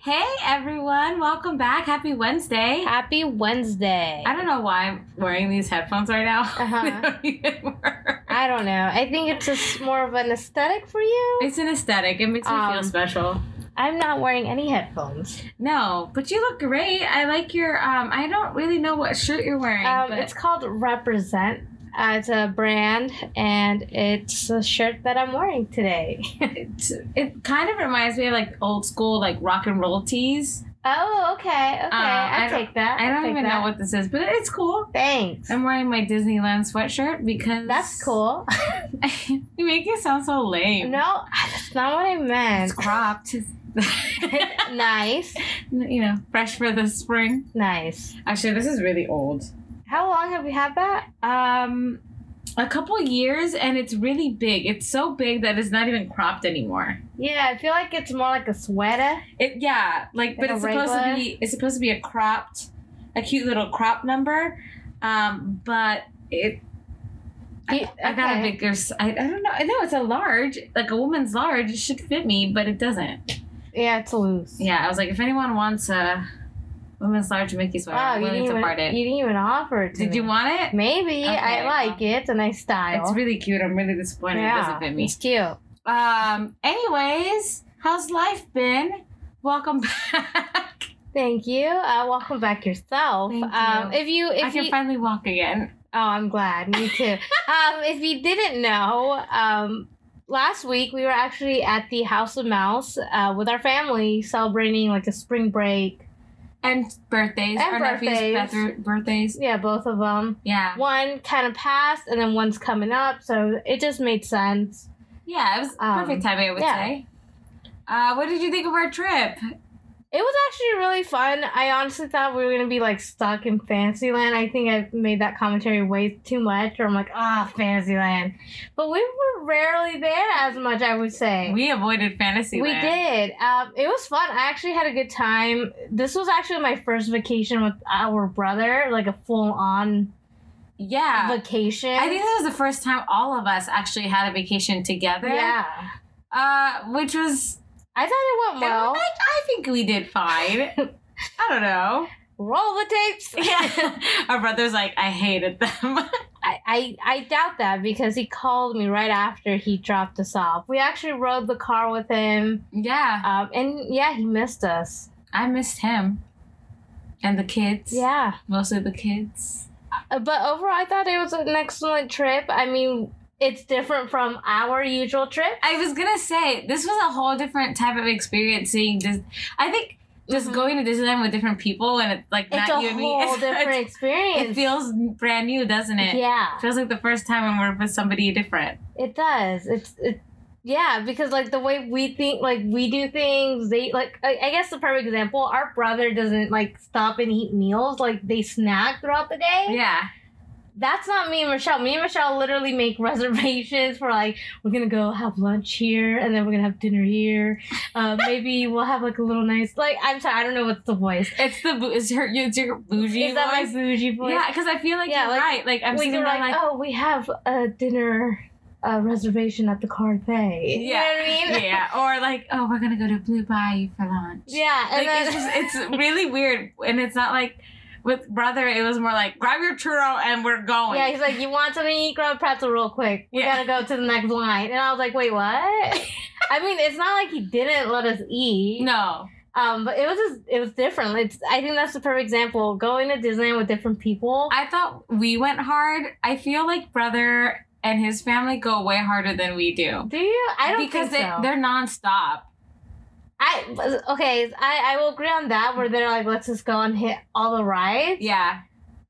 Hey everyone, welcome back. Happy Wednesday. Happy Wednesday. I don't know why I'm wearing these headphones right now. Uh-huh. They don't even work. I don't know. I think it's just more of an aesthetic for you. It's an aesthetic. It makes me feel Um, special. I'm not wearing any headphones. No, but you look great. I like your um I don't really know what shirt you're wearing. Um, but it's called Represent. Uh, it's a brand, and it's a shirt that I'm wearing today. it's, it kind of reminds me of like old school like rock and roll tees. Oh, okay, okay. Uh, I I, don't- take that. I I'll don't take even that. know what this is, but it's cool. Thanks. I'm wearing my Disneyland sweatshirt because That's cool. you make it sound so lame. no, that's not what I meant. It's cropped. nice, you know, fresh for the spring. nice. Actually, this is really old. How long have you had that? Um, a couple years, and it's really big. It's so big that it's not even cropped anymore. Yeah, I feel like it's more like a sweater. It yeah, like, Like but a it's supposed to regular? be. It's supposed to be a cropped, a cute little crop number. Um, but it. I, You- I got a okay. bigger. s- I, I don't know. I know it's a large, like a woman's large. It should fit me, but it doesn't. Yeah, it's loose. Yeah, I was like, if anyone wants a woman's large Mickey sweater, Wow, I'm you willing Ah, didn't, to even, part it. you didn't even offer it to Did me. you want it? Maybe Okay, I like it. It's a nice style. It's really cute. I'm really disappointed it doesn't fit me. It's cute. Um. Anyways, how's life been? Welcome back. Thank you. Uh, welcome back yourself. Thank um, you. If you, if I you, can finally walk again. oh, I'm glad. Me too. um, if you didn't know, um, last week we were actually at the House of Mouse uh, with our family celebrating like a spring break. And birthdays. And Our nephews' birthdays. birth- birthdays. Yeah, both of them. Yeah. One kind of passed, and then one's coming up, so it just made sense. Yeah. It was Um, perfect timing. I would yeah. say. Uh, what did you think of our trip? It was actually really fun. I honestly thought we were gonna be like stuck in Fantasyland. I think I made that commentary way too much, or I'm like, ah, Fantasyland. But we were rarely there as much, I would say. We avoided fantasy. We did. Um, it was fun. I actually had a good time. This was actually my first vacation with our brother, like a full on Yeah. vacation. I think this was the first time all of us actually had a vacation together. Yeah. Uh, which was. I thought it went well. I, I think we did fine. I don't know. Roll the tapes. Yeah. Our brother's like, I hated them. I, I, I doubt that because he called me right after he dropped us off. We actually rode the car with him. yeah. Um, and yeah, he missed us. I missed him. And the kids. Yeah. Mostly the kids. Uh, But overall, I thought it was an excellent trip. I mean, it's different from our usual trip. I was gonna say, this was a whole different type of experience seeing this. I think just Mhm. going to Disneyland with different people and it's like It's not you a and me. whole it's- different experience. It feels brand new, doesn't it? yeah, It feels like the first time when we're with somebody different. it does. It's it, yeah, because like the way we think, like we do things, they like. I, I guess the perfect example, our brother doesn't like stop and eat meals. Like they snack throughout the day. Yeah. That's not me and Michelle. Me and Michelle literally make reservations for like we're gonna go have lunch here, and then we're gonna have dinner here. Uh, maybe we'll have like a little nice. Like I'm sorry, I don't know what's the voice. It's the bou- it's your it's your bougie Is that my voice. bougie voice? yeah, because I feel like Yeah, you're like, right. Like I'm we sitting were there like, like, oh, we have a dinner uh, reservation at the Carpe. You know Yeah. what I mean? yeah, or like, oh, we're gonna go to Blue Bayou for lunch. Yeah, and Like, then, it's just it's really weird, and it's not like with brother. It was more like grab your churro and we're going. yeah, he's like, you want something to eat? Grab a pretzel real quick. We Yeah. gotta go to the next line. And I was like, wait, what? I mean, it's not like he didn't let us eat. no, Um, but it was just, it was different. It's I think that's the perfect example. Going to Disneyland with different people. I thought we went hard. I feel like brother and his family go way harder than we do do you? I don't because think they, so. they're nonstop. I okay. I I will agree on that. Where they're like, let's just go and hit all the rides. Yeah,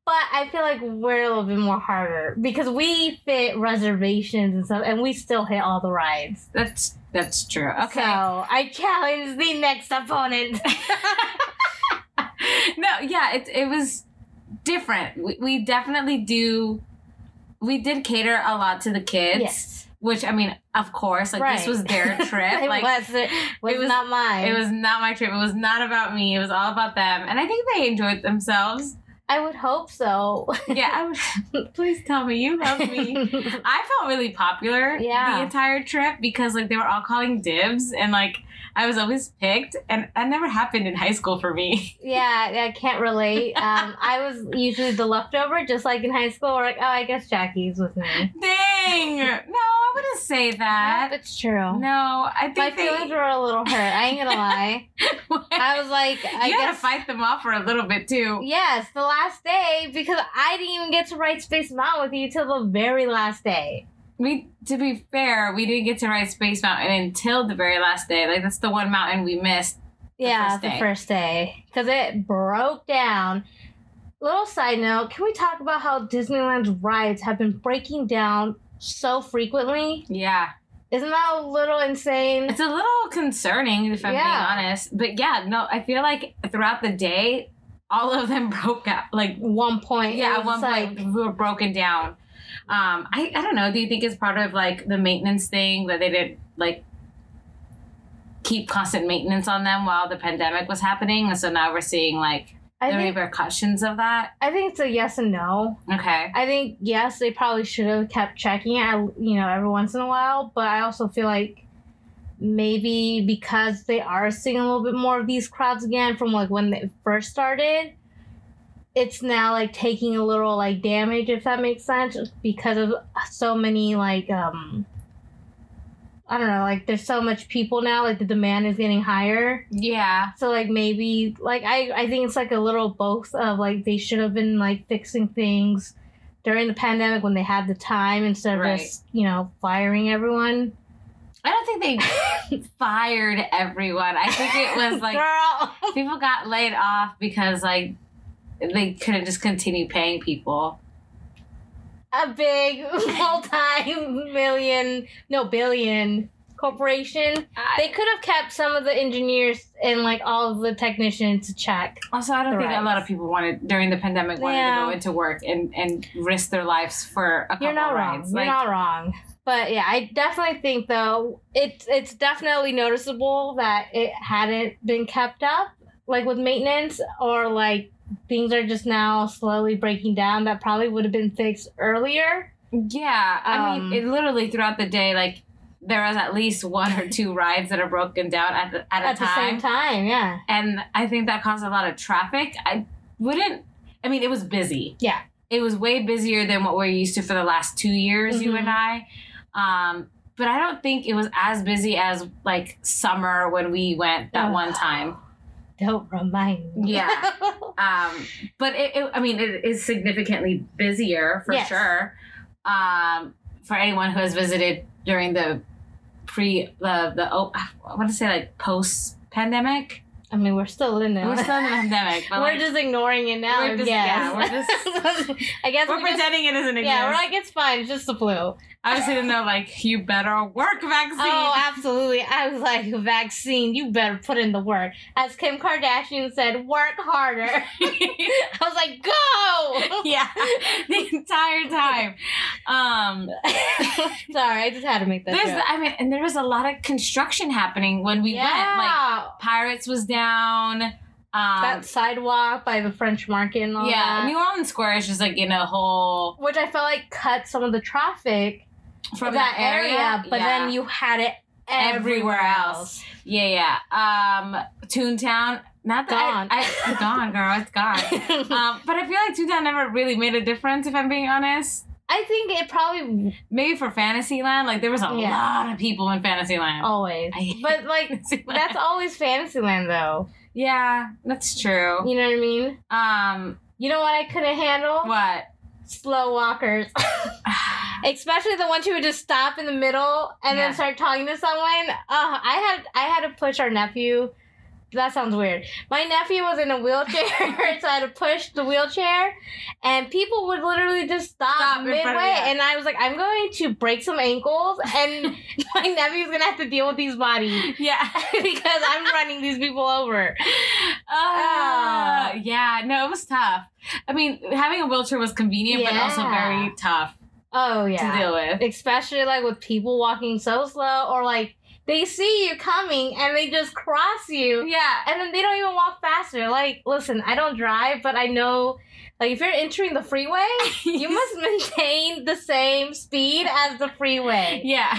But I feel like we're a little bit more harder because we fit reservations and stuff, and we still hit all the rides. that's that's true. So Okay, I challenge the next opponent. no, yeah, it it was different. We, we definitely do. We did cater a lot to the kids. yes, which I mean, of course, like this Right. was their trip. it, like was, it was it was- not mine. it was not my trip. It was not about me. It was all about them, and I think they enjoyed themselves. I I would hope so. yeah, I would, please tell me you love me. I felt really popular Yeah. the entire trip because like they were all calling dibs and like I was always picked and that never happened in high school for me. yeah, I can't relate. Um, I was usually the leftover, just like in high school. We're like, oh, I guess Jackie's with me. Dang! No, I wouldn't say that. That's true. No, I think My they, feelings were a little hurt. I ain't gonna lie. I was like, I you had guess. to fight them off for a little bit too. Yes, the last day because I didn't even get to write Space Mountain with you till the very last day. We, to be fair, we didn't get to ride Space Mountain until the very last day. Like that's the one mountain we missed. yeah, first day. the first day because it broke down. Little side note: Can we talk about how Disneyland's rides have been breaking down so frequently? Yeah, Isn't that a little insane? It's a little concerning if I'm Yeah. being honest. But yeah, no, I feel like throughout the day, all of them broke out. Like One point. yeah, it at was one point like- we were broken down. Um, I, I don't know. Do you think it's part of like the maintenance thing that they did like keep constant maintenance on them while the pandemic was happening, and so now we're seeing like I the think repercussions of that? I think it's a yes and no. Okay. I think yes, they probably should have kept checking it, I- you know, every once in a while. But I also feel like maybe because they are seeing a little bit more of these crowds again from like when they first started, it's now like taking a little like damage if that makes sense because of so many like um I don't know, like there's so much people now, like the demand is getting higher. Yeah. So like maybe like I I think it's like a little both of like they should have been like fixing things during the pandemic when they had the time instead of Right. just you know firing everyone. I don't think they fired everyone. I think it was like girl. people got laid off because like they couldn't just continue paying people. A big multi-million, no billion corporation. They could have kept some of the engineers and like all of the technicians to check. also, I don't the think a lot rights. of people wanted during the pandemic wanted to Yeah. go into work and and risk their lives for a couple You're not wrong. rides. You're like, not wrong. But yeah, I definitely think though it's it's definitely noticeable that it hadn't been kept up, like with maintenance or like things are just now slowly breaking down that probably would have been fixed earlier. yeah, I Um, mean, it literally throughout the day, like there was at least one or two rides that are broken down at the, at a At the same time, time, yeah. and I think that caused a lot of traffic. I wouldn't. I mean, it was busy. Yeah. it was way busier than what we're used to for the last two years, you Mhm. and I. Um, but I don't think it was as busy as like summer when we went that Ugh. one time. Don't remind me. Yeah. Um, but it, it, I mean, it is significantly busier for Yes. sure. Um, for anyone who has visited during the pre the the oh, I want to say like post pandemic. I mean, we're still in it. We're still in the pandemic, but We're like, just ignoring it now. we're just- yeah, we're just- I guess we're we just- pretending it doesn't exist. Yeah, we're like it's fine. It's just the flu. I was sitting there like, you better work vaccine. Oh, absolutely. I was like, vaccine, you better put in the work. As Kim Kardashian said, work harder. I was like, go! yeah the entire time um Sorry, I just had to make that there's joke. i mean and there was a lot of construction happening when we went like yeah. pirates was down um that sidewalk by the French market and all yeah that. new orleans square is just like in a whole Which I felt like cut some of the traffic from that area, but yeah. then you had it Everywhere everywhere, else. yeah yeah um toontown not that Gone. I, I, gone girl it's gone um but i feel like toontown never really made a difference if i'm being honest I think it probably maybe for fantasyland like there was a Yeah. lot of people in fantasyland always, I hate but like that's always Fantasyland though. Yeah, that's true. You know what I mean? Um, You know what I couldn't handle? what? slow walkers, especially the ones who would just stop in the middle and Yeah. then start talking to someone. Uh, I had I had to push our nephew. That sounds weird. My nephew was in a wheelchair, so I had to push the wheelchair, and people would literally just stop, Stop in front midway. of- yeah. And I was like, I'm going to break some ankles, and my nephew's gonna have to deal with these bodies yeah. because I'm running these people over. Uh, yeah, no, it was tough. I mean, having a wheelchair was convenient, but also Yeah. very tough Oh yeah. to deal with. especially like with people walking so slow or like they see you coming and they just cross you Yeah. and then they don't even walk faster like listen i don't drive but i know Like if you're entering the freeway, you must maintain the same speed as the freeway. Yeah.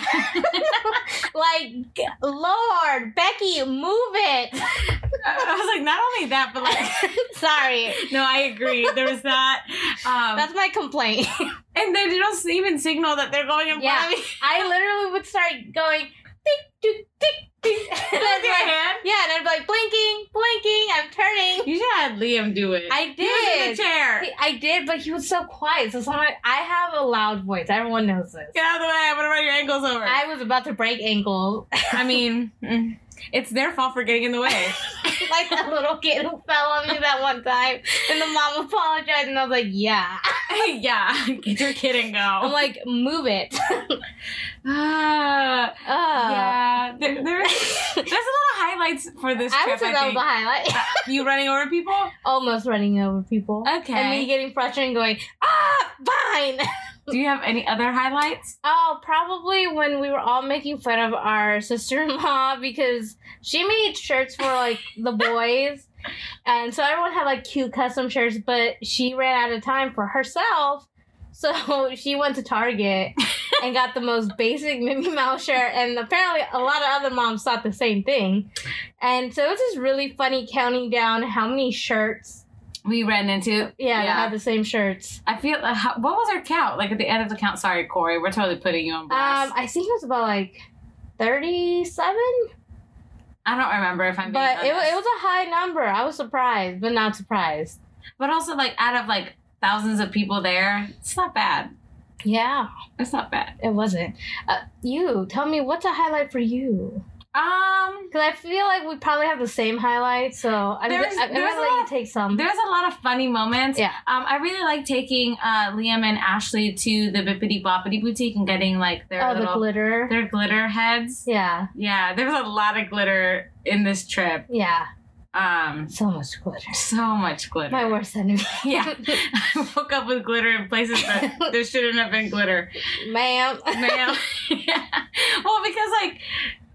Like, Lord, Becky, move it. I was like, not only that, but like, Sorry. no, I agree. There was that. Um, That's my complaint. and they don't even signal that they're going in front of me. I literally would start going tick tick tick tick. And I'd be Look at like, hand. yeah, and I'd be like blinking, blinking, I'm turning. You should have had Liam do it. I He was in did. the chair. He- I did, but he was so quiet. So someone, I have a loud voice. Everyone knows this. Get out of the way. I'm going to run your ankles over. I was about to break ankle I mean, mm, it's their fault for getting in the way. like that little kid who fell on me that one time, and the mom apologized, and I was like, "Yeah." yeah, get your kid and I'm go. like, "Move it." Ah, Uh, yeah, there, there's, there's a lot of highlights for this I would trip. say I, that was think. the highlight. you running over people? Almost running over people. And me Okay. getting frustrated and going, ah, fine. Do you have any other highlights? Oh, probably when we were all making fun of our sister in law because she made shirts for like the boys. And so everyone had like cute custom shirts, but she ran out of time for herself. So she went to Target and got the most basic Minnie Mouse shirt. And apparently, a lot of other moms thought the same thing. And so it was just really funny counting down how many shirts, We ran into. yeah, that had the same shirts. I feel. Uh, how, what was our count? Like at the end of the count. Sorry, Corey. We're totally putting you on blast. Um, I think it was about like 37. I don't remember if I'm. being But it, wa- honest. it was a high number. I was surprised, but not surprised. But also, like out of like thousands of people there, it's not bad. Yeah, It's not bad. it wasn't. Uh, you, tell me what's a highlight for you? Um. Because I feel like we probably have the same highlight, so I'm, There's- just, I'm there's gonna a let lot you take some. There's a lot of funny moments. Yeah. Um, I really like taking uh, Liam and Ashley to the Bippity Boppity Boutique and getting like their Oh, the little glitter. their glitter heads. Yeah, Yeah, there's a lot of glitter in this trip. yeah, Um, so much glitter. so much glitter. My worst enemy. Yeah, I woke up with glitter in places that there shouldn't have been glitter. ma'am. Ma'am. yeah. Well, because like.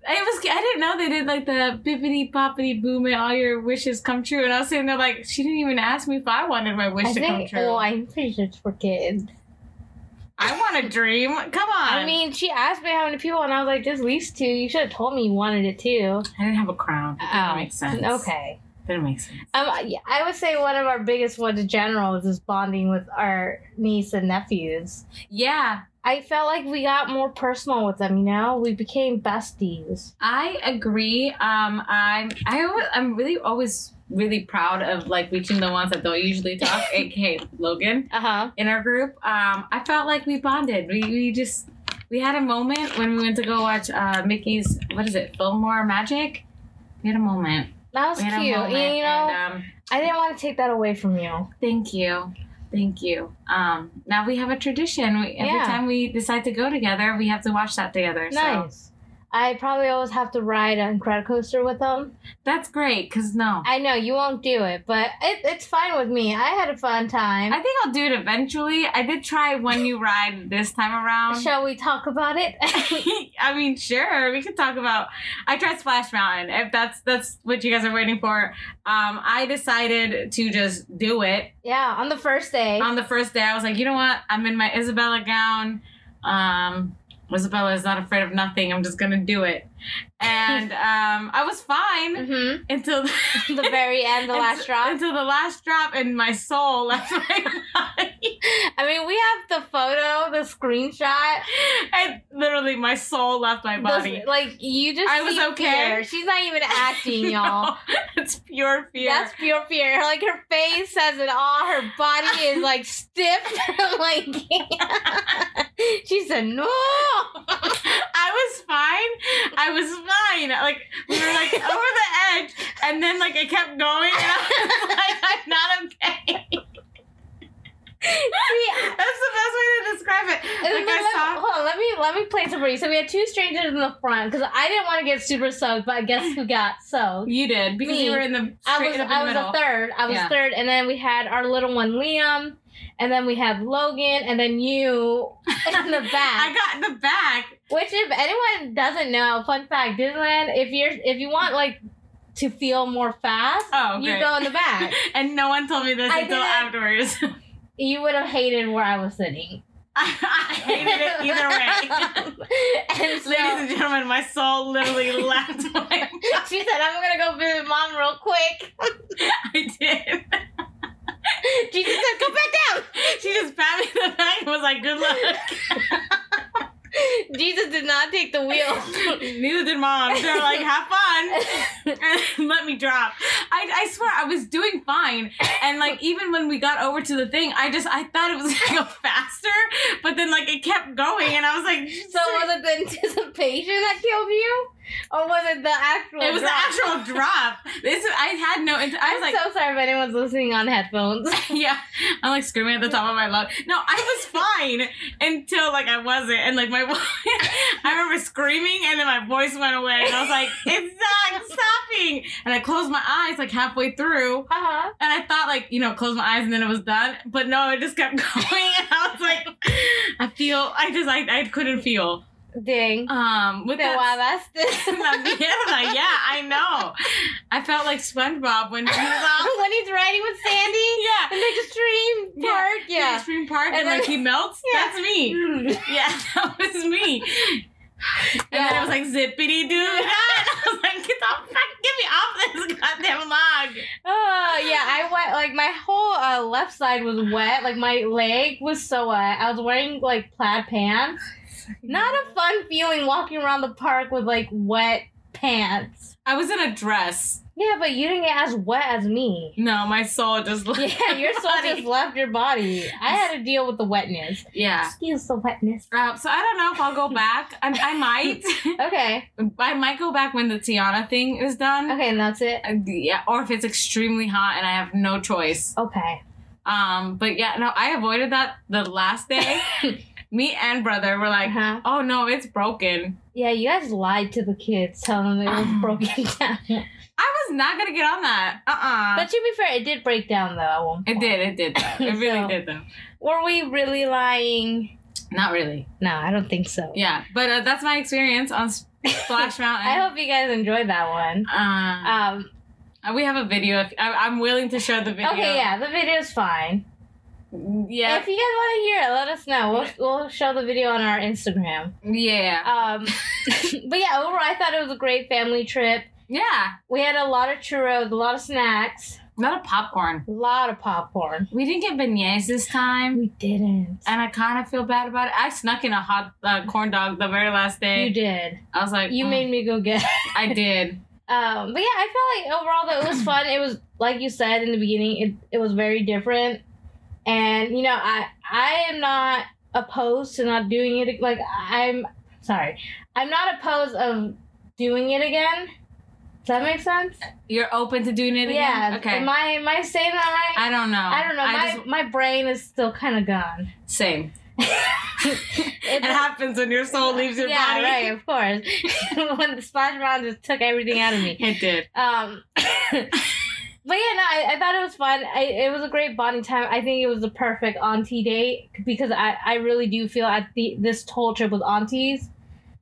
It was. I didn't know they did like the bippity boppity boom and all your wishes come true. And I was sitting there like, she didn't even ask me if I wanted my wish I to come think. true. Oh, I'm pretty sure it's for kids. I want a dream. Come on. I mean, she asked me how many people, and I was like, just these two. You should have told me you wanted it too. I didn't have a crown. It didn't Oh, make sense. Okay. Didn't make sense. Um, I I would say one of our biggest ones in general is just bonding with our niece and nephews. Yeah, I felt like we got more personal with them, you know? We became besties. I agree. Um, I'm I always, I'm really always really proud of like reaching the ones that don't usually talk, aka Logan, Uh huh. in our group. Um, I felt like we bonded. We we just we had a moment when we went to go watch uh, Mickey's what is it, Fillmore Magic. We had a moment. That was we had cute. a moment, and, uh, you know, and, um, I didn't want to take that away from you. Thank you. Thank you. Um, now we have a tradition. We, every Yeah. time we decide to go together, we have to watch that together. So Nice. I probably always have to ride an credit coaster with them. that's great because no. I- I know you won't do it, but it, it's fine with me. I had a fun time. think I'll do it eventually. I did try when you ride this time around. Shall we talk about it? I mean, sure, we could talk about. I tried Splash Mountain. If that's that's what you guys are waiting for, um, I decided to just do it. yeah, on the first day. on the first day, I was like, you know what? I'm in my Isabella gown. Um, Isabella is not afraid of nothing. I'm just gonna do it. And um, I was fine mm-hmm. until the, The very end, the last drop. Until the last drop, and my soul left my body. I mean, we have the photo, the screenshot. And literally, my soul left my body. Those- like you just, I was see okay. fear. She's not even acting, y'all. No, it's pure fear. That's pure fear. Like her face says it all. Her body is like stiff. like she said, "No." I was fine. I was fine. Like we were like over the edge, and then like I kept going, and I was like, I'm not okay. That's the best way to describe it. Like I saw. Hold on, let me let me play some for you. So we had two strangers in the front because I didn't want to get super soaked, but guess who got soaked? You did because Me. you were in the I straight was up in the I was middle. a third. I was Yeah. third, and then we had our little one Liam, and then we had Logan, and then you in the back. I got in the back. Which, if anyone doesn't know, fun fact: Disneyland. If you're, if you want like to feel more fast, Oh, you great. go in the back. and no one told me this I until didn't- afterwards. you would have hated where I was sitting. I, I hated it either way. and so, Ladies and gentlemen, my soul literally left my she said, "I'm gonna go visit mom real quick." I did. She just said, "Go back down." She just pat me in the back and was like, good luck. Jesus did not take the wheel. Neither did mom. They were like, have fun. And let me drop. I, I swear I was doing fine. And like even when we got over to the thing, I just I thought it was gonna go faster, but then like it kept going and I was like, so was it the anticipation that killed you, or was it the actual? it was drop? the actual drop. This I had no I I'm was like so sorry if anyone's listening on headphones. yeah, I'm like screaming at the top of my lungs. No, I was fine until like I wasn't, and like my, I remember screaming, and then my voice went away, and I was like, "It's not stopping!" And I closed my eyes like halfway through, Uh huh. and I thought like you know close my eyes and then it was done, but no, it just kept going, and I was like, I feel, I just like I couldn't feel. Dang. Um, with Then that wow, that's yeah, I know. I felt like SpongeBob when he was all, when he's riding with Sandy yeah. in the extreme Yeah. park. yeah. Yeah. extreme park and, And then- like he melts. Yeah. That's me. Mm. Yeah, that was me. And then I Yeah. was like, zippity doo. I was like, get the fuck, get me off this goddamn log. Oh yeah, I wet like my whole uh, left side was wet. Like my leg was so wet. I was wearing like plaid pants. Not a fun feeling walking around the park with like wet pants. I was in a dress. Yeah, but you didn't get as wet as me. No, my soul just left. Yeah, your soul Body. just left your body. I had to deal with the wetness. Yeah. Excuse the wetness. Uh, so I don't know if I'll go back. I, I might. Okay. I might go back when the Tiana thing is done. Okay, and that's it. Uh, yeah, or if it's extremely hot and I have no choice. Okay. Um, but yeah, no, I avoided that the last day. Me and brother were like, Uh-huh. oh no, it's broken. Yeah, you guys lied to the kids, telling them it was broken down. I was not gonna get on that. Uh uh But to be fair, it did break down though at one point. It did. It did. Though. It really So- did, though. Were we really lying? Not really. No, I don't think so. Yeah, but uh, that's my experience on S- Splash Mountain. I hope you guys enjoyed that one. Um, Um, we have a video. If, I, I'm willing to show the video. okay, yeah, the video's fine. Yeah. If you guys want to hear it, let us know. We'll, we'll show the video on our Instagram. yeah. Um, but yeah, overall, I thought it was a great family trip. yeah. We had a lot of churros, a lot of snacks, Not a popcorn. a lot of popcorn. We didn't get beignets this time, We didn't. and I kind of feel bad about it. I snuck in a hot uh, corn dog the very last day. You did. I was like, You mm, made me go get I did. Um, but yeah, I felt like overall that it was fun. It was like you said in the beginning, it, it was very different. And you know, I I am not opposed to not doing it like I'm sorry. I'm not opposed of doing it again. Does that make sense? You're open to doing it again. Yeah. Okay. Am I am I saying that right? I don't know. I, don't know. I my just my brain is still kinda gone. same. It- It happens when your soul leaves your yeah, body. right, of course. when the splash round just took everything out of me. It did. Um, but yeah, no, I, I thought it was fun. I, it was a great bonding time. I think it was the perfect auntie date because I, I really do feel at the this whole trip with aunties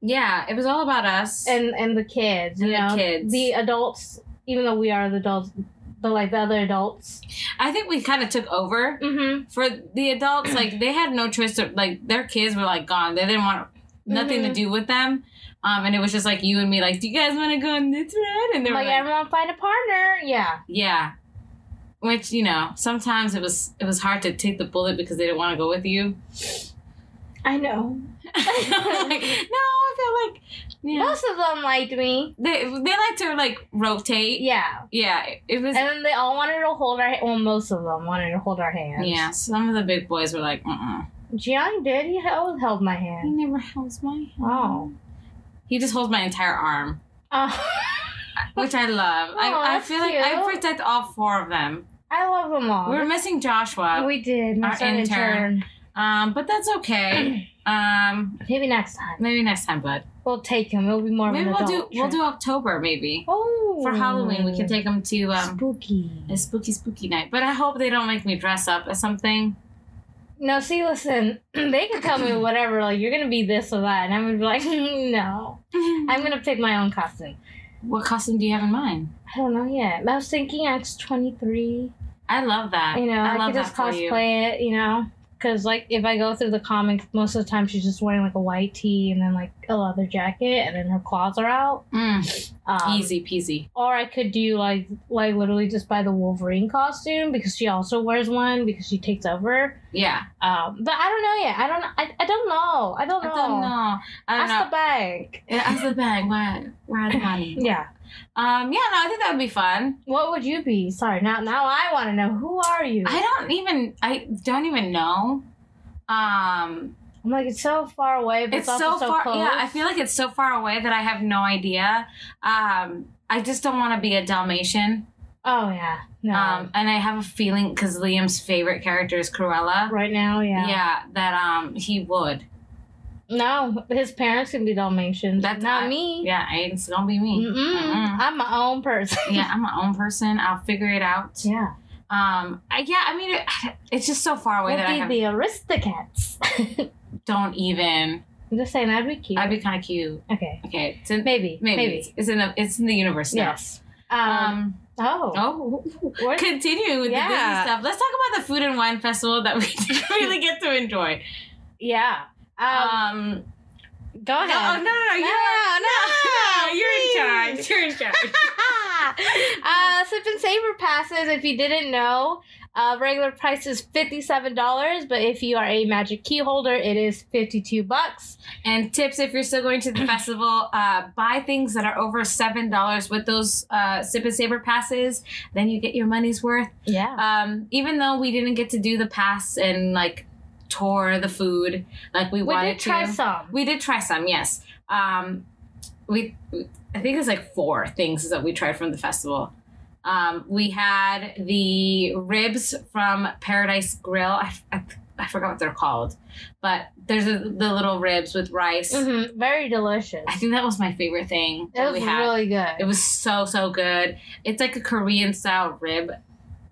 Yeah, it was all about us. and and the kids, you And the know, kids. the adults. Even though we are the adults, but like the other adults. I think we kind of took over Mm-hmm. for the adults. Like they had no choice to like their kids were like gone. They didn't want nothing to Mhm. do with them. Um, and it was just like you and me. Like, do you guys want to go on this ride? And they were Like, like, everyone find a partner. Yeah. yeah. Which you know, sometimes it was it was hard to take the bullet because they didn't want to go with you. I know. like, no, I feel like you know, Most of them liked me. they they like to like rotate. Yeah. Yeah, it was. And then they all wanted to hold our hand. Well, most of them wanted to hold our hands. Yeah, some of the big boys were like, uh Gian did. He always held my hand. never holds my hand. Oh. He just holds my entire arm, Oh. which I love. Aw, I, I that's feel like I cute. protect all four of them. I love them all. We were missing Joshua, we did. My Our son intern. um, but that's okay. um, Maybe next time maybe next time, bud. we'll take him. It'll be more. Maybe of an we'll do adult we'll trip. do October maybe Oh, for Halloween. We can take them to um, spooky. a spooky spooky night. But I hope they don't make me dress up as something. No, see, listen, they can tell me whatever. Like you're gonna be this or that, and I'm gonna be like, no, I'm gonna pick my own costume. What costume do you have in mind? I don't know yet. I was thinking X twenty three. I love that. You know, I I, love could just that for you. cosplay it. You know, because like if I go through the comics, most of the time she's just wearing like a white tee and then like a leather jacket, and then her claws are out. Mm, Um, easy peasy. Or I could do like like literally just buy the Wolverine costume because she also wears one because she takes over. Yeah. Um, but I don't know yet. I don't. I, I don't know. I don't I know. don't know. I don't Ask know. the bank. Yeah, Ask the bank. Where, where are the money? Yeah. Um, yeah, no, I think that would be fun. What would you be? Sorry. Now now I want to know who are you. I don't even, I don't even know. Um, I'm like it's so far away, but it's, it's also so so, far. close. Yeah, I feel like it's so far away that I have no idea. Um, I just don't want to be a Dalmatian. Oh yeah. No. Um, and I have a feeling because Liam's favorite character is Cruella. right now, yeah. Yeah, that um he would. No, his parents can be Dalmatians. That's- not I- me. Yeah, Uh-uh. it's gonna be me. Mm-mm. Mm-mm. I'm my own person. Yeah, I'm my own person. I'll figure it out. yeah. Um, I, yeah, I mean, it, it's just so far away We'll that I be have, the aristocrats. I'm don't even. just saying that'd be cute. I'd be kind of cute. okay. Okay, it's in, maybe, Maybe. Maybe. It's, it's in the it's in the universe now. Yes. Um, Um. oh. Oh. We're- Continuing with the Disney Yeah. stuff, let's talk about the food and wine festival that we didn't really get to enjoy. yeah. Um, Um, go no, ahead. oh, no, no, No, no, no, you're, no, you're in please. charge. You're in charge. uh, Sip and Saver passes, if you didn't know, uh, regular price is $57, but if you are a magic key holder, it is 52 bucks. and tips if you're still going to the festival, uh, buy things that are over seven dollars with those uh, sip and saver passes. Then you get your money's worth. Yeah. Um, even though we didn't get to do the pass and like tour the food like we, we wanted did try to. some. We did try some, yes. Um, we, I think it's like four things that we tried from the festival. Um, we had the ribs from Paradise Grill. I, I, I forgot what they're called, but there's a, the little ribs with rice. Mhm, Very delicious. I think that was my favorite thing that It we was had. really good. it was so so good. It's like a Korean style rib,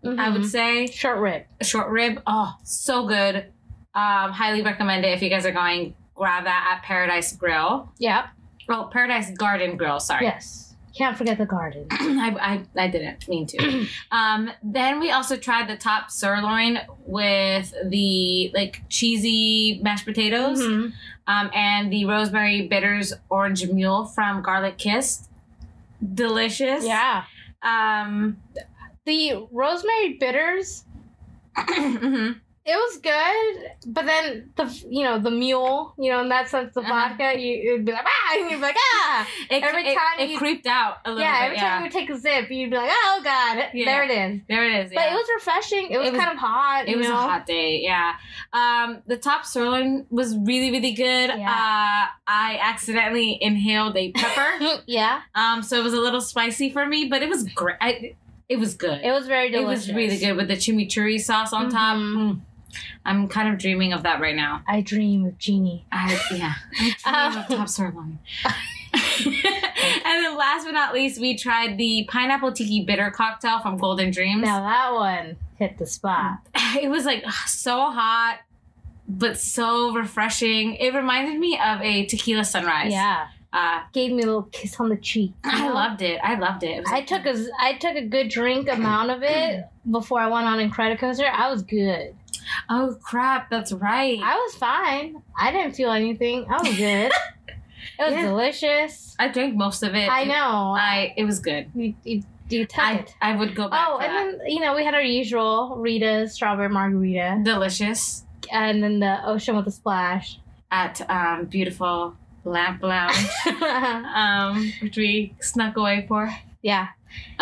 I would Mhm. say. Short rib. A short rib. Oh, so good. Um, highly recommend it if you guys are going. Grab that at Paradise Grill. Yeah. Oh, Paradise Garden Grill. Sorry, Yes. Can't forget the garden. I, I I didn't mean to. um, then we also tried the top sirloin with the like cheesy mashed potatoes, Mhm. um, and the rosemary bitters orange mule from Garlic Kiss. Delicious. Yeah. Um. The rosemary bitters, mhm. it was good, but then the you know the mule, you know in that sense the Uh-huh. vodka, you it'd be like ah, and you'd be like ah, It, Every it- time it you- creeped out a little yeah. bit. Every yeah. time you would take a sip, you'd be like oh god, Yeah. there it is. there it is. But yeah. it was refreshing. It was, It was- kind of hot. It you was a know? hot day, yeah. Um, the top sirloin was really, really good. Yeah. Uh, I accidentally inhaled a pepper, yeah, um, so it was a little spicy for me, but it was great. I, it was good. it was very It delicious. was really good with the chimichurri sauce on top. Mhm. Mm. I'm kind of dreaming of that right now. I dream of genie. I, yeah, I dream of Um. top sirloin. and then last but not least, we tried the pineapple tiki bitter cocktail from Golden Dreams. Now that one hit the spot. it was like so hot but so refreshing it reminded me of a tequila sunrise Yeah, uh, gave me a little kiss on the cheek. i you know? loved it i loved it, It was I like- took a I took a good drink amount of it before I went on Incredicoaster. I was good. oh crap that's right I was fine. I didn't feel anything. I was good. it was Yeah. delicious. i drank most of it I know. i it was good you, you, you took i it. i would go back Oh, for and that. then you know we had our usual Rita's strawberry margarita, delicious and then the ocean with a splash. at um beautiful lamp lounge um which we snuck away for yeah,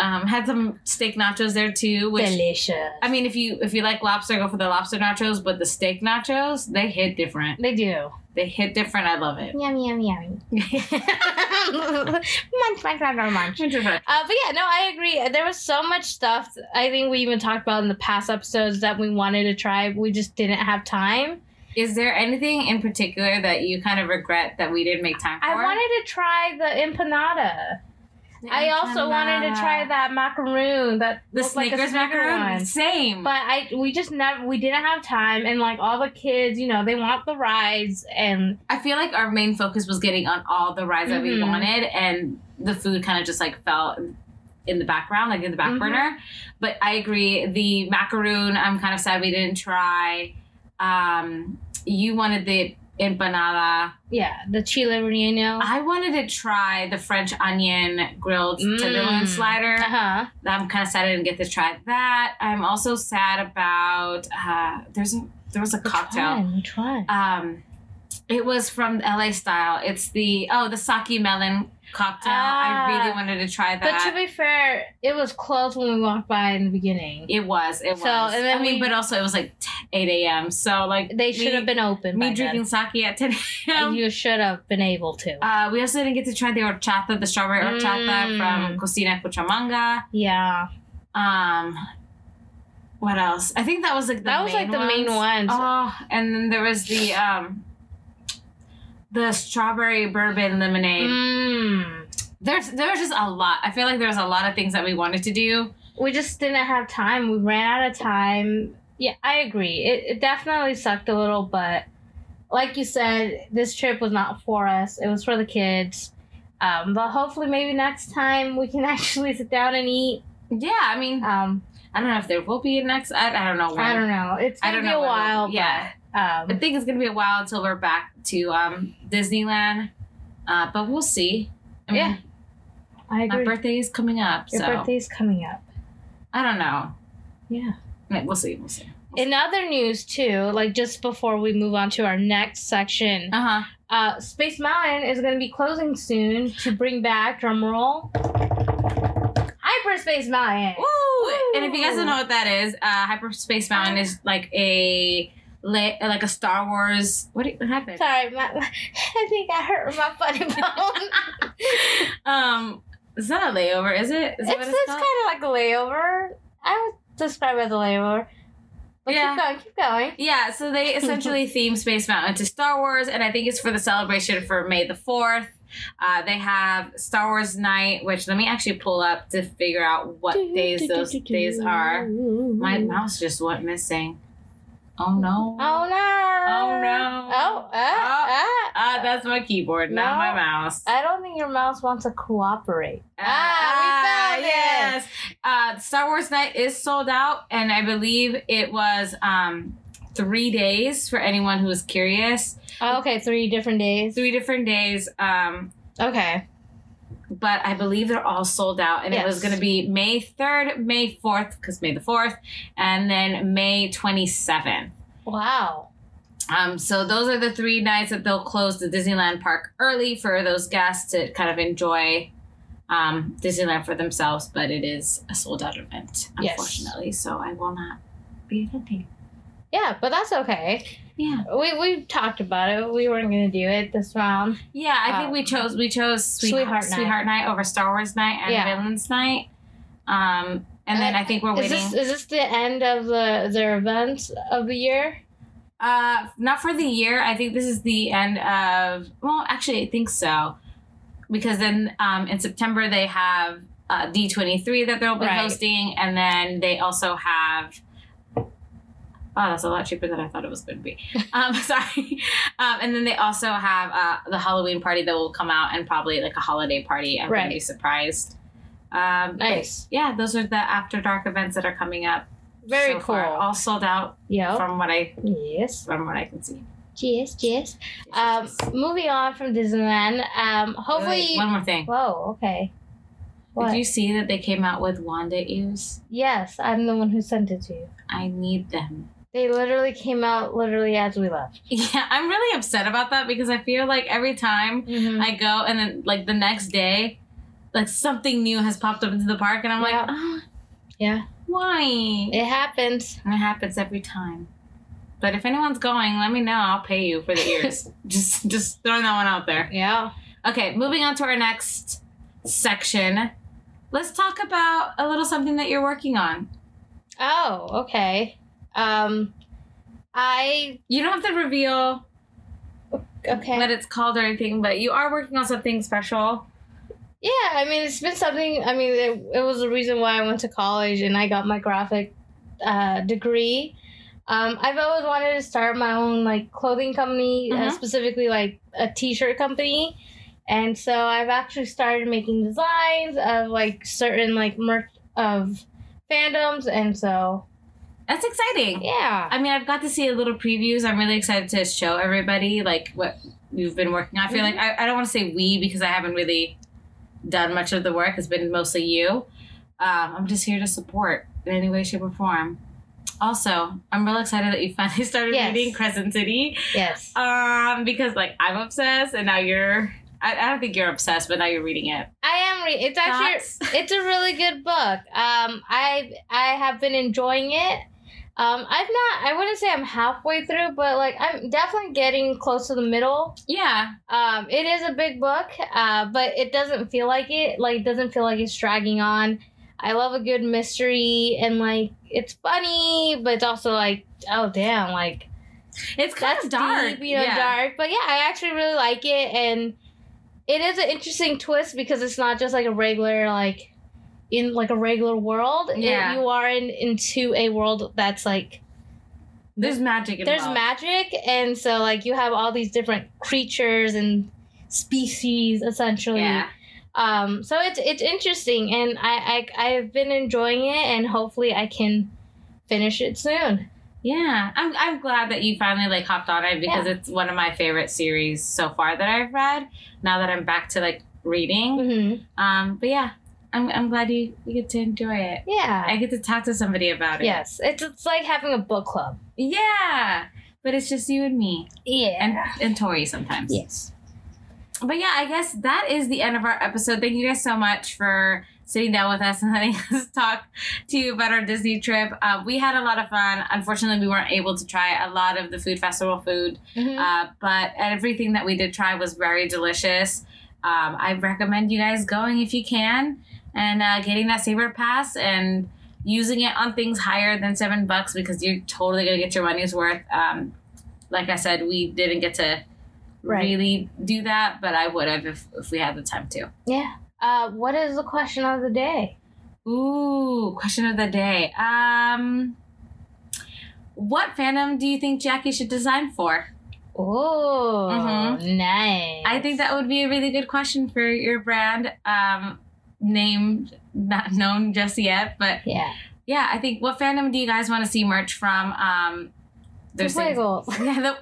um had some steak nachos there too which delicious. i mean if you if you like lobster go for the lobster nachos but the steak nachos they hit different they do. They hit different. I love it. Yum yum yum. munch munch munch munch. munch. Uh, but yeah, no, I agree. There was so much stuff I think we even talked about in the past episodes that we wanted to try. We just didn't have time. Is there anything in particular that you kind of regret that we didn't make time for? I wanted to try the empanada. I also wanted to try that macaroon that the looked like a Snickers Snicker macaroon. one. Same. But I we just never we didn't have time and like all the kids, you know, they want the rides and I feel like our main focus was getting on all the rides that we Mhm. wanted, and the food kind of just like fell in the background, like in the back Mhm. burner. But I agree. The macaroon, I'm kind of sad we didn't try. Um, you wanted the empanada. yeah, the chile relleno. I wanted to try the French onion grilled tenderloin Mm. slider. Uh-huh. I'm kind of sad I didn't get to try that. I'm also sad about uh, there's a, there was a cocktail. Which one? Which one? Um, it was from LA Style. It's the oh the sake melon cocktail. I Ah. really wanted to try But that. to be fair, it was closed when we walked by in the beginning. it was it So, was. and then I mean, we- but also it was like 8 a.m. So like They should me- have been open. me by drinking sake at 10 then. a.m. You should have been able to. Uh, we also didn't get to try the horchata, the strawberry horchata Mm. from Cocina Cuchamanga. yeah, Um, what else? I think that was like the that was like the main ones. ones. Oh, and then there was the um, the strawberry bourbon lemonade. Mm. There's there was just a lot. I feel like there's a lot of things that we wanted to do. We just didn't have time. We ran out of time. Yeah, I agree. It, it definitely sucked a little, but like you said, this trip was not for us. It was for the kids. Um, but hopefully, maybe next time we can actually sit down and eat. Yeah, I mean, Um, I don't know if there will be a next. I, I don't know when. I don't know. It's I gonna don't be know a when it will while. be. Yeah, But, um, I think it's gonna be a while until we're back to um Disneyland. Uh, but we'll see. I mean, Yeah, I my agree. birthday is coming up, Your so birthday's coming up. I don't know. Yeah. Like, we'll see. We'll see. In other news, too, like just before we move on to our next section, Uh huh. uh, Space Mountain is going to be closing soon to bring back drumroll. Hyperspace Mountain. Woo! And if you guys don't Woo! know what that is, uh, Hyperspace Mountain is like a la- like a Star Wars. What, do- what happened? Sorry, my, my- I think I hurt my funny bone. um, is that a layover? Is it? Is it's that what it's kind of like a layover. I would describe it as a layover. But Yeah. keep going, keep going. Yeah, so they essentially theme Space Mountain to Star Wars, and I think it's for the celebration for May the 4th. Uh, they have Star Wars Night, which let me actually pull up to figure out what days those days are. My mouse just went missing. Oh no. Oh no. Oh, no. Oh, ah, ah. Ah, that's my keyboard, not No. my mouse. I don't think your mouse wants to cooperate. Ah, Ah, we found it. yes. Uh, Star Wars Night is sold out, and I believe it was um, three days for anyone who is curious. Oh, okay, three different days. Three different days. Um, Okay. but I believe they're all sold out, and it was Yes. going to be May third, May fourth, because May the fourth, and then May twenty seventh. Wow. Um, so those are the three nights that they'll close the Disneyland park early for those guests to kind of enjoy um, Disneyland for themselves. But it is a sold out event, Yes. unfortunately. So I will not be attending. Yeah, but that's okay. Yeah, We we talked about it. We weren't gonna do it this round. yeah. I think Um, we chose we chose Sweetheart Sweetheart Sweetheart Night. Night, over Star Wars Night and Yeah. Villains Night. Um, and then Uh, I think we're Is waiting. this is this the end of the their events of the year? Uh, not for the year. I think this is the end of. Well, actually, I think so, because then um, in September they have uh, D twenty three that they'll be Right. hosting, and then they also have. Oh, that's a lot cheaper than I thought it was going to be. Um, sorry. Um, and then they also have uh, the Halloween party that will come out and probably like a holiday party. I'm going to be Right. surprised. Um, but Nice. Yeah, those are the after dark events that are coming up. Very so cool. Oh. far. All sold out Yeah. from what I Yes. from what I can see. Yes. Yes. Um, moving on from Disneyland. Um, Wait, hopefully. wait, one more thing. Whoa. Okay. What? Did you see that they came out with Wanda ears? Yes, I'm the one who sent it to you. I need them. They literally came out literally as we left. Yeah, I'm really upset about that because I feel like every time I- I go and then like the next day, like something new has popped up into the park, and I'm Yeah. like, "Ah, yeah, why? it happens. And it happens every time. But if anyone's going, let me know. I'll pay you for the ears. just, just throwing that one out there. Yeah. Okay, moving on to our next section. Let's talk about a little something that you're working on. Oh, okay. Um, I You don't have to reveal okay. what it's called or anything, but you are working on something special. Yeah, I mean, it's been something. I mean, it, it was the reason why I went to college and I got my graphic uh, degree. Um, I've always wanted to start my own like clothing company, uh, Mhm. specifically like a T-shirt company, and so I've actually started making designs of like certain like merch of fandoms, and so That's exciting. yeah. I mean, I've got to see a little previews. I'm really excited to show everybody like what you've been working on. I feel Mm-hmm. like I, I don't want to say we because I haven't really done much of the work. It's been mostly you. Uh, I'm just here to support in any way, shape, or form. Also, I'm real excited that you finally started Yes. reading Crescent City Yes. um, because like I'm obsessed, and now you're. I, I don't think you're obsessed, but now you're reading it. I am reading. It's actually Thoughts? it's a really good book. Um, I I have been enjoying it. Um, I've not. I wouldn't say I'm halfway through, but like I'm definitely getting close to the middle. yeah, Um, it is a big book, uh, but it doesn't feel like it. Like it doesn't feel like it's dragging on. I love a good mystery and like it's funny, but it's also like oh damn, like it's kind that's of dark. deep, you know, yeah. dark. But yeah, I actually really like it, and it is an interesting twist because it's not just like a regular like in like a regular world. It- Yeah. you are in into a world that's like There's magic. there's involved. magic, and so like you have all these different creatures and species essentially. Yeah. Um, so it's it's interesting, and I, I I've been enjoying it, and hopefully I can finish it soon. Yeah, I'm, I'm glad that you finally like hopped on it because it's one of my favorite series so far that I've read. Now that I'm back to like reading, hmm um, but yeah, I'm, I'm glad you, you get to enjoy it. Yeah. I get to talk to somebody about it. Yes, it's it's like having a book club. yeah, but it's just you and me Yeah. and and Tori sometimes. yes. But yeah, I guess that is the end of our episode. Thank you guys so much for sitting down with us and letting us talk to you about our Disney trip. Uh, we had a lot of fun. Unfortunately, we weren't able to try a lot of the food festival food. Mm-hmm. Uh, but everything that we did try was very delicious. Um, I recommend you guys going if you can and uh, getting that saver pass and using it on things higher than seven bucks because you're totally gonna get your money's worth. Um, like I said, we didn't get to Right. really do that, but I would have if, if we had the time to. yeah. Uh, what is the question of the day? Ooh, question of the day. Um, what fandom do you think Jackie should design for? Oh, Mhm. nice. I think that would be a really good question for your brand. Um, named not known just yet, but Yeah. yeah, I think what fandom do you guys want to see merch from? Um, The things- Wiggles. yeah, the,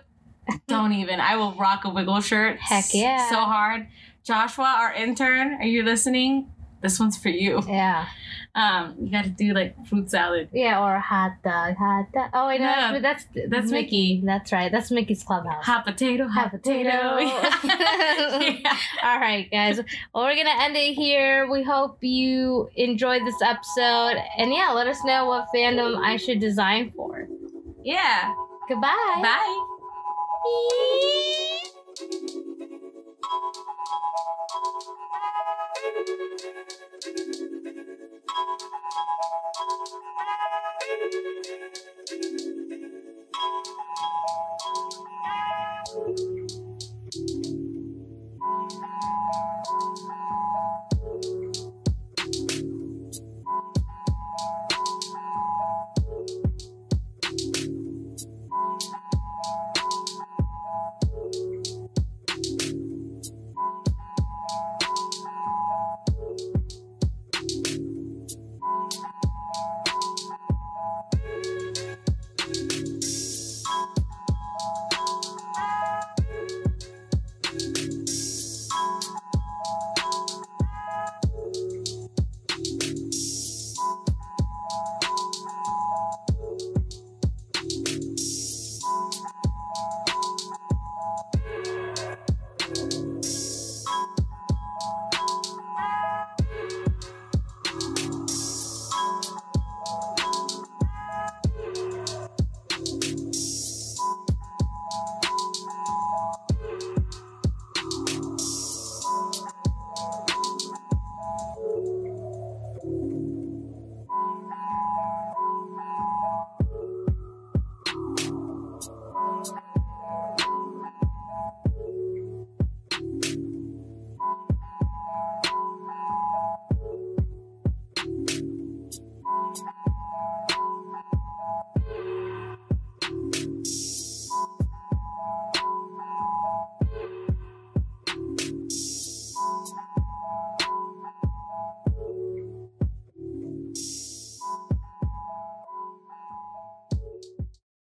don't even. I will rock a wiggle shirt. Heck s- yeah. So hard, Joshua, our intern. Are you listening? This one's for you. Yeah. Um, you got to do like fruit salad. Yeah, or hot dog, hot dog. Oh, wait, no, No, that's, that's That's Mickey. That's right. That's Mickey's Clubhouse. Hot potato. Hot, Hot potato. potato. Yeah. All right, guys. Well, we're going to end it here. We hope you enjoyed this episode. And yeah, let us know what fandom I should design for. yeah. Goodbye. Bye. Bye.